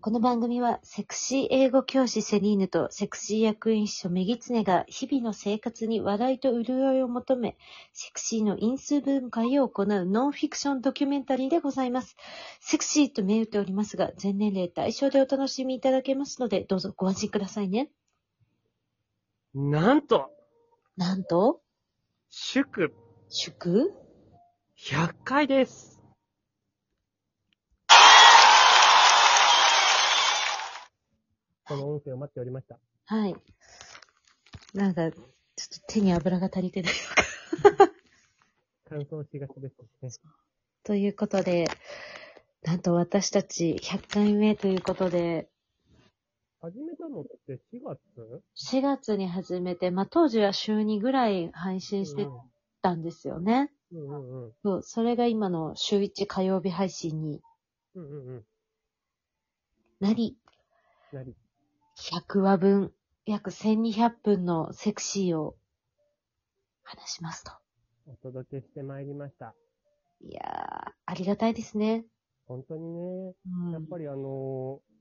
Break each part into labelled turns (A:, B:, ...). A: この番組はセクシー英語教師セリーヌとセクシー役員秘書メギツネが日々の生活に笑いと潤いを求め、セクシーの因数分解を行うノンフィクションドキュメンタリーでございます。セクシーと銘打っておりますが、全年齢対象でお楽しみいただけますので、どうぞご安心くださいね。
B: なんと、
A: なんと、
B: 祝
A: 祝
B: 100回です。この音声を待っておりました。
A: はい。なんか、ちょっと手に油が足りてない。
B: 乾燥しがちですね。
A: ということで、なんと私たち100回目ということで、
B: 始めたのって4月
A: 4月に始めて、まあ、当時は週2ぐらい配信してたんですよね。
B: うんうんうん。
A: そう、それが今の週1火曜日配信に
B: うんうんうん。
A: なり、
B: なり。
A: 100話分、約1200分のセクシーを話しますと。
B: お届けしてまいりました。
A: いやー、ありがたいですね。
B: 本当にね、
A: うん。
B: やっぱりあのー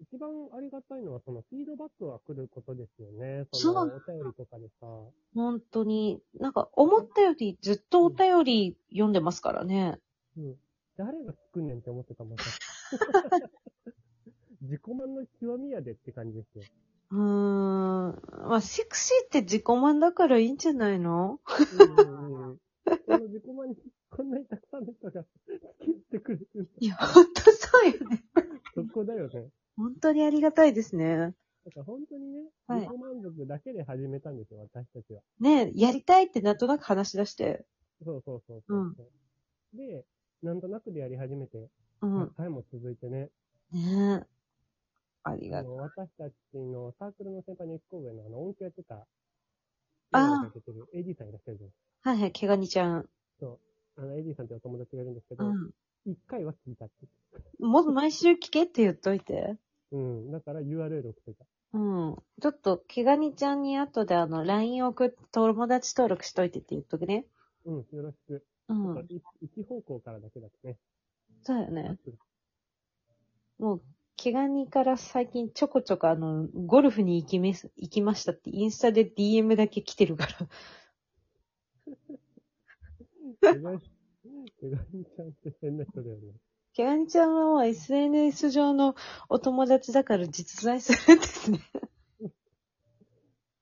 B: 一番ありがたいのはそのフィードバックが来ることですよね。の
A: そう
B: お便りとかでさ。
A: 本当に、なんか思ったよりずっとお便り読んでますからね。
B: うん。誰が作んねんって思ってた もん。自己満の極みやでって感じですよ。
A: うーん。まあ、セクシーって自己満だからいいんじゃないの
B: うん。この自己満にこんなにたくさんの人が付き合ってくれてる。
A: いや、ほんとそうよね。
B: そこだよね。
A: 本当にありがたいですね。
B: だから本当にね、
A: はい
B: 自己満足だけで始めたんですよ、私たちは。
A: ねえやりたいってなんとなく話し出して。
B: そうそうそうそうそう、で、なんとなくでやり始めて、
A: う
B: 100
A: ん。
B: 回も続いてね、
A: ねえ。ありが
B: あ
A: と
B: の私たちのサークルの先輩の一個上のあの音響やってた、
A: あ
B: 出てる AD さんいらっしゃるじゃん。
A: う。はいはい、毛ガニちゃん。
B: あの AD さんってお友達がいるんですけ
A: う
B: ど、
A: ん。
B: 一、回は聞いたって。
A: もう毎週聞けって言っといて。
B: うん。だから URL 送ってた。
A: うん。ちょっと、毛ガニちゃんに後であの、LINE 送って、友達登録しといてって言っとくね。
B: うん、よろしく。
A: う
B: ちょっ
A: ん。
B: とい一方向からだけだとね。
A: そうだよね。もう、毛ガニから最近ちょこちょこあの、ゴルフに行きめす、行きましたってインスタで DM だけ来てる から。
B: 手紙、手紙ちゃんって変な人だよね。
A: 毛ガニちゃんはもう SNS 上のお友達だから実在するんですね。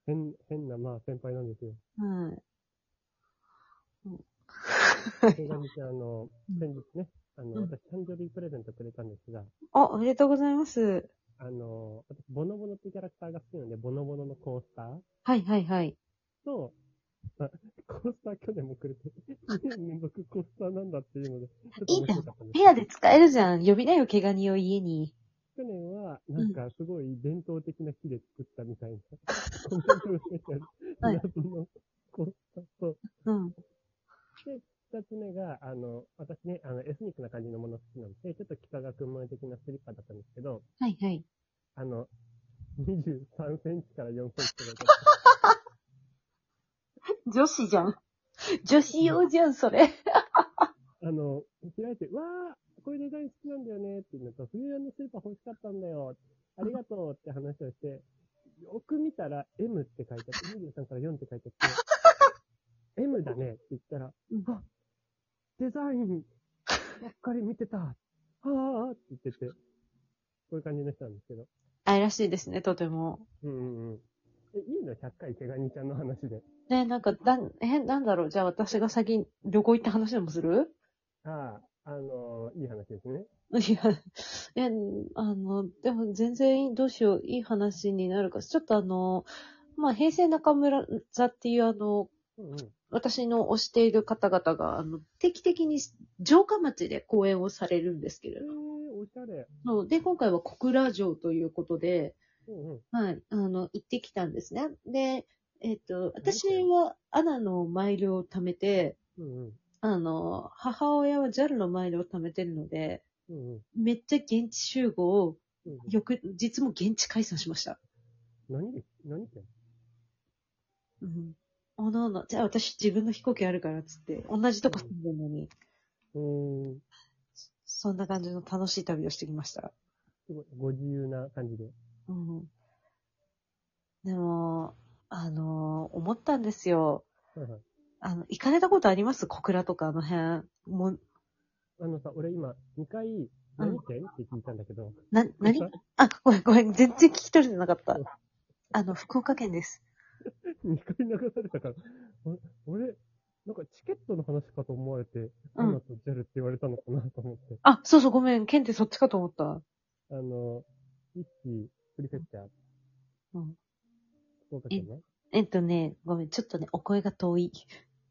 B: 変、変な、まあ先輩なんですよ。
A: はい。
B: 手紙ちゃん、あの、先日ね、あ
A: うん
B: の、私誕生日プレゼントくれたんですが、
A: あ、おめでとうございます。
B: あの、私、ボノボノっていうキャラクターが好きなんで、ボノボノのコースター
A: はいはいはい。
B: と、あコースター去年もくれて、2年連続コースターなんだっていうので、ちょっと面白かったんです
A: ペアで使えるじゃん。呼びなよ、毛ガニを家に。
B: 去年は、なんかすごい伝統的な木で作ったみたいな、コメントが出てあ
A: はい
B: る謎のコースターと、
A: うん。
B: 二つ目が、あの、私ね、あの、エスニックな感じのもの好きなんで、ちょっと幾何学模様的なスリッパだったんですけど、
A: はいはい。
B: あの、23センチから4センチとか
A: 女子じゃん。 女子用じゃん、それ。
B: で、あの、開いて、わー、こういうデザイン好きなんだよねっていうのと、冬用のスリッパ欲しかったんだよ、ありがとうって話をして、よく見たら M って書いてあって、23から4って書いてあって、M だねって言ったら、
A: うん
B: あデザイン、ばっかり見てた、はーって言ってて、こういう感じの人なんですけど、
A: 愛らしいですね、とても。
B: うんうんうん。え、いいの ?100 回毛ガニちゃんの話で。
A: ね、なんか、だ、え、なんだろう。じゃあ私が先に旅行行った話でもする
B: ああ、あのーいい話ですね。
A: いや、え、あの、でも全然いいどうしよう、いい話になるか。ちょっとあの、まあ、平成中村座っていうあの、
B: うんうん。
A: 私の推している方々が、あの、定期的に城下町で公演をされるんですけれ
B: えー、おしゃれ。
A: ども、で、今回は小倉城ということで、
B: うんうん。
A: はい、あの、行ってきたんですね。で、えっ、と、私はアナのマイルを貯めて、
B: うんうん。
A: あの、母親は JAL のマイルを貯めてるので、
B: うんうん。
A: めっちゃ現地集合を、
B: うんうん、
A: 翌日も現地解散しました。
B: 何で、何県
A: うん。あおのおの、じゃあ私自分の飛行機あるからっつって、同じとこ住んでるのに、
B: うーん。
A: そんな感じの楽しい旅をしてきました。
B: すごい、ご自由な感じで。
A: うん。でも、あのー思ったんですよ。
B: はいはい。
A: あの、行かれたことあります小倉とかあの辺。もう、
B: あのさ、俺今、2回、何県って聞いたんだけど。
A: な、 何あ、ごめんごめん。全然聞き取れてなかった。あの、福岡県です。
B: 2回流されたから、お俺、なんかチケットの話かと思われて、
A: うん
B: 今と JAL って言われたのかなと思って。
A: あ、そうそう、ごめん。県ってそっちかと思った。
B: あの、一期プリフェッチャー。
A: うん。
B: 福岡県ね。
A: えっとね、ごめん。ちょっとね、お声が遠い。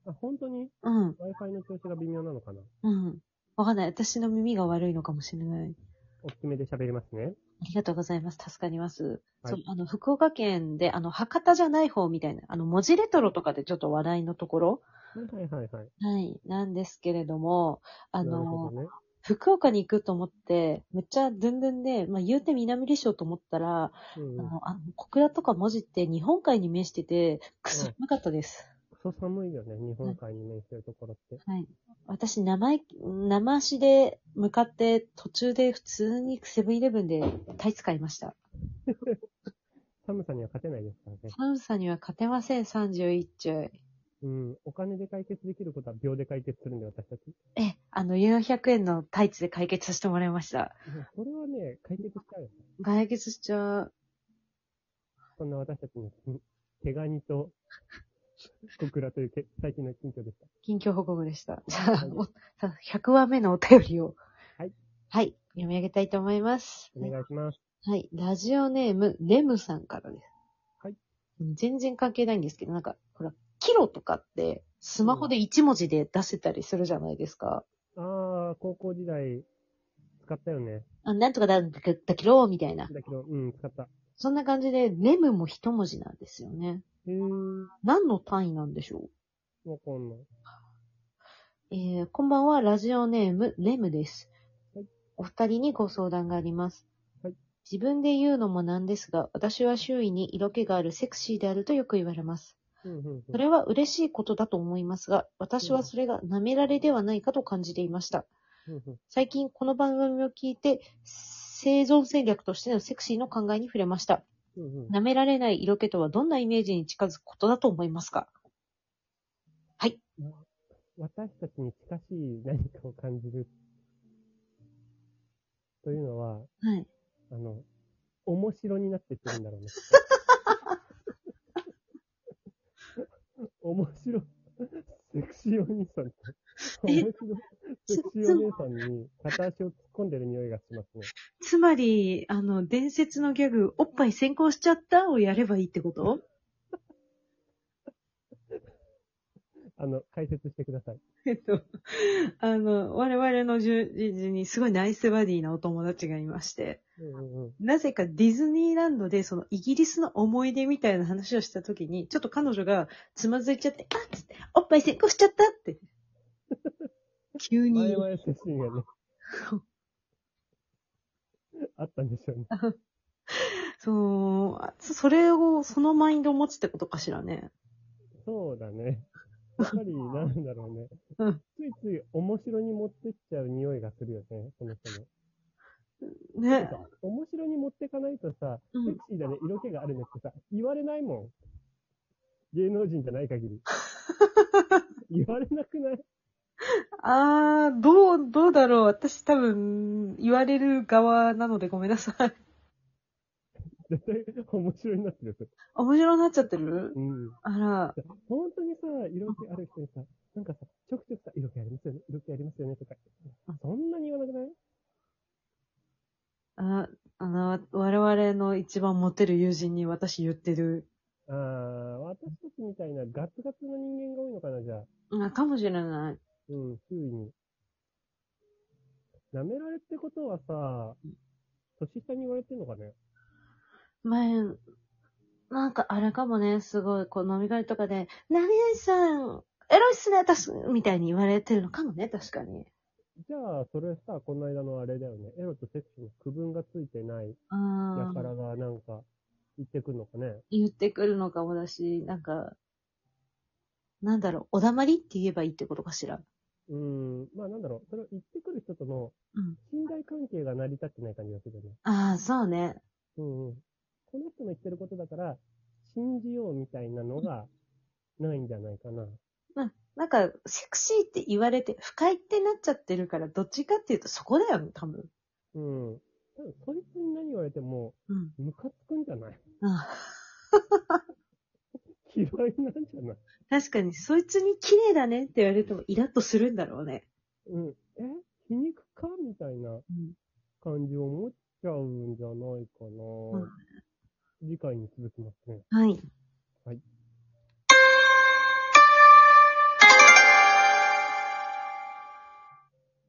B: あ、本当に
A: うん。
B: Wi-Fi の調子が微妙なのかな
A: うん。わかんない。私の耳が悪いのかもしれない。
B: おっきめで喋りますね。
A: ありがとうございます。助かります。
B: はい
A: そう、あの、福岡県で、あの、博多じゃない方みたいな、あの、文字レトロとかでちょっと話題のところ
B: はいはいはいはい。
A: はい。なんですけれども、あ
B: なる
A: の
B: ほ、どね。
A: 福岡に行くと思って、めっちゃ全然ね、まあ、言うて南でしょと思ったら、
B: う
A: あ
B: んうん。
A: の、あの小倉とか文字って日本海に面してて、くそ
B: うん
A: 寒かったです。
B: クソ寒いよね、日本海に面してるところって。
A: はい。私、生い、生足で向かって、途中で普通にセブンイレブンでタイツ買いました。
B: 寒さには勝てないですからね。
A: 寒さには勝てません、31丁。
B: うん。お金で解決できることは秒で解決するんで、私たち。
A: え、あの、400円のタイツで解決させてもらいました。
B: もうそれはね、解決しちゃうよ。
A: 解決しちゃう。
B: そんな私たちのうん毛ガニと、小倉というけ最近の近況でした。
A: 近況報告でした。じゃあ、おさ100話目のお便りを。
B: はい。
A: はい。読み上げたいと思います。
B: お願いします。
A: はい。ラジオネーム、レムさんからです。
B: はい。
A: 全然関係ないんですけど、なんか、ほら、キロとかって、スマホで1文字で出せたりするじゃないですか。
B: あー、高校時代、使ったよね。
A: あなんとかだ、だだキロみたいな。
B: だけど、うん、使った。
A: そんな感じで、レムも1文字なんですよね。
B: へー、
A: 何の単位なんでしょう
B: わかんない。
A: えーこんばんは、ラジオネーム、レムです
B: はい。
A: お二人にご相談があります。
B: はい
A: 自分で言うのもなんですが、私は周囲に色気があるセクシーであるとよく言われます。
B: うん、うん、う
A: そ
B: ん。
A: れは嬉しいことだと思いますが、私はそれが舐められではないかと感じていました。
B: うんうん
A: 最近この番組を聞いて、生存戦略としてのセクシーの考えに触れました。
B: うんうん
A: 舐められない色気とはどんなイメージに近づくことだと思いますか
B: 私たちに近しい何かを感じる。というのは、
A: はい。
B: あの、面白になってってるんだろうね。面白、セクシーお兄さんと、面白、セクシーお姉さんに片足を突っ込んでる匂いがしますね。
A: つまり、あの、伝説のギャグ、おっぱい先行しちゃったをやればいいってこと
B: あの、解説してください。
A: えっと、 あの、我々の友人にすごいナイスバディなお友達がいまして、
B: うんうんうん。
A: なぜかディズニーランドでそのイギリスの思い出みたいな話をした時に、ちょっと彼女がつまずいちゃって、あっつって、おっぱい先行しちゃった って。急に。
B: 前々写真が ね。あったんでしょうね。
A: そうあ、それを、そのマインドを持つってことかしらね。
B: そうだね。やっぱり、なんだろうね。
A: うん
B: ついつい面白に持ってっちゃう匂いがするよね、その人も。なん
A: ね。
B: か面白に持ってかないとさ、
A: うん
B: セクシーだね、色気があるねってさ、言われないもん。芸能人じゃない限り。言われなくない
A: あー、どう、どうだろう。私多分、言われる側なのでごめんなさい。
B: 絶対面白になってるよ。それ
A: 面白になっちゃってる
B: うん。
A: あら、
B: 本当にさ、色気ある人にさ、なんかさ、ちょくちょくさ、色気ありますよね、色気ありますよねとか。そんなに言わなくない
A: ああの、我々の一番モテる友人に私言ってる。
B: あー、私たちみたいなガツガツの人間が多いのかな、じゃあ。
A: あ、かもしれない。
B: うん、周囲に。舐められってことはさ、年下に言われてんのかね
A: 前、なんかあれかもね、すごい、こう飲み会とかで、何々さん、エロいっすね、私みたいに言われてるのかもね、確かに。
B: じゃあ、それさ、この間のあれだよね。エロとセクシーの区分がついてない
A: あ
B: や
A: ー
B: からがなんか、言ってくんのかね。
A: 言ってくるのかもだし、なんか、なんだろう、おだまりって言えばいいってことかしら。
B: うん、まあなんだろう、それを言ってくる人との
A: うん。
B: 信頼関係が成り立ってない感じがするよね。
A: ああ、そうね。
B: うんうん。この人の言ってることだから、信じようみたいなのがないんじゃないかな。
A: なんか、セクシーって言われて、不快ってなっちゃってるから、どっちかっていうとそこだよね、多分。
B: うん。多分そいつに何言われても、
A: うん。
B: ムカつくんじゃない
A: あ
B: 嫌いなんじゃない
A: あ確かに、そいつに綺麗だねって言われてもイラッとするんだろうね。
B: うん。え皮肉かみたいな
A: うん。
B: 感じを持っちゃうんじゃないかな。次回に続きますね。
A: はい。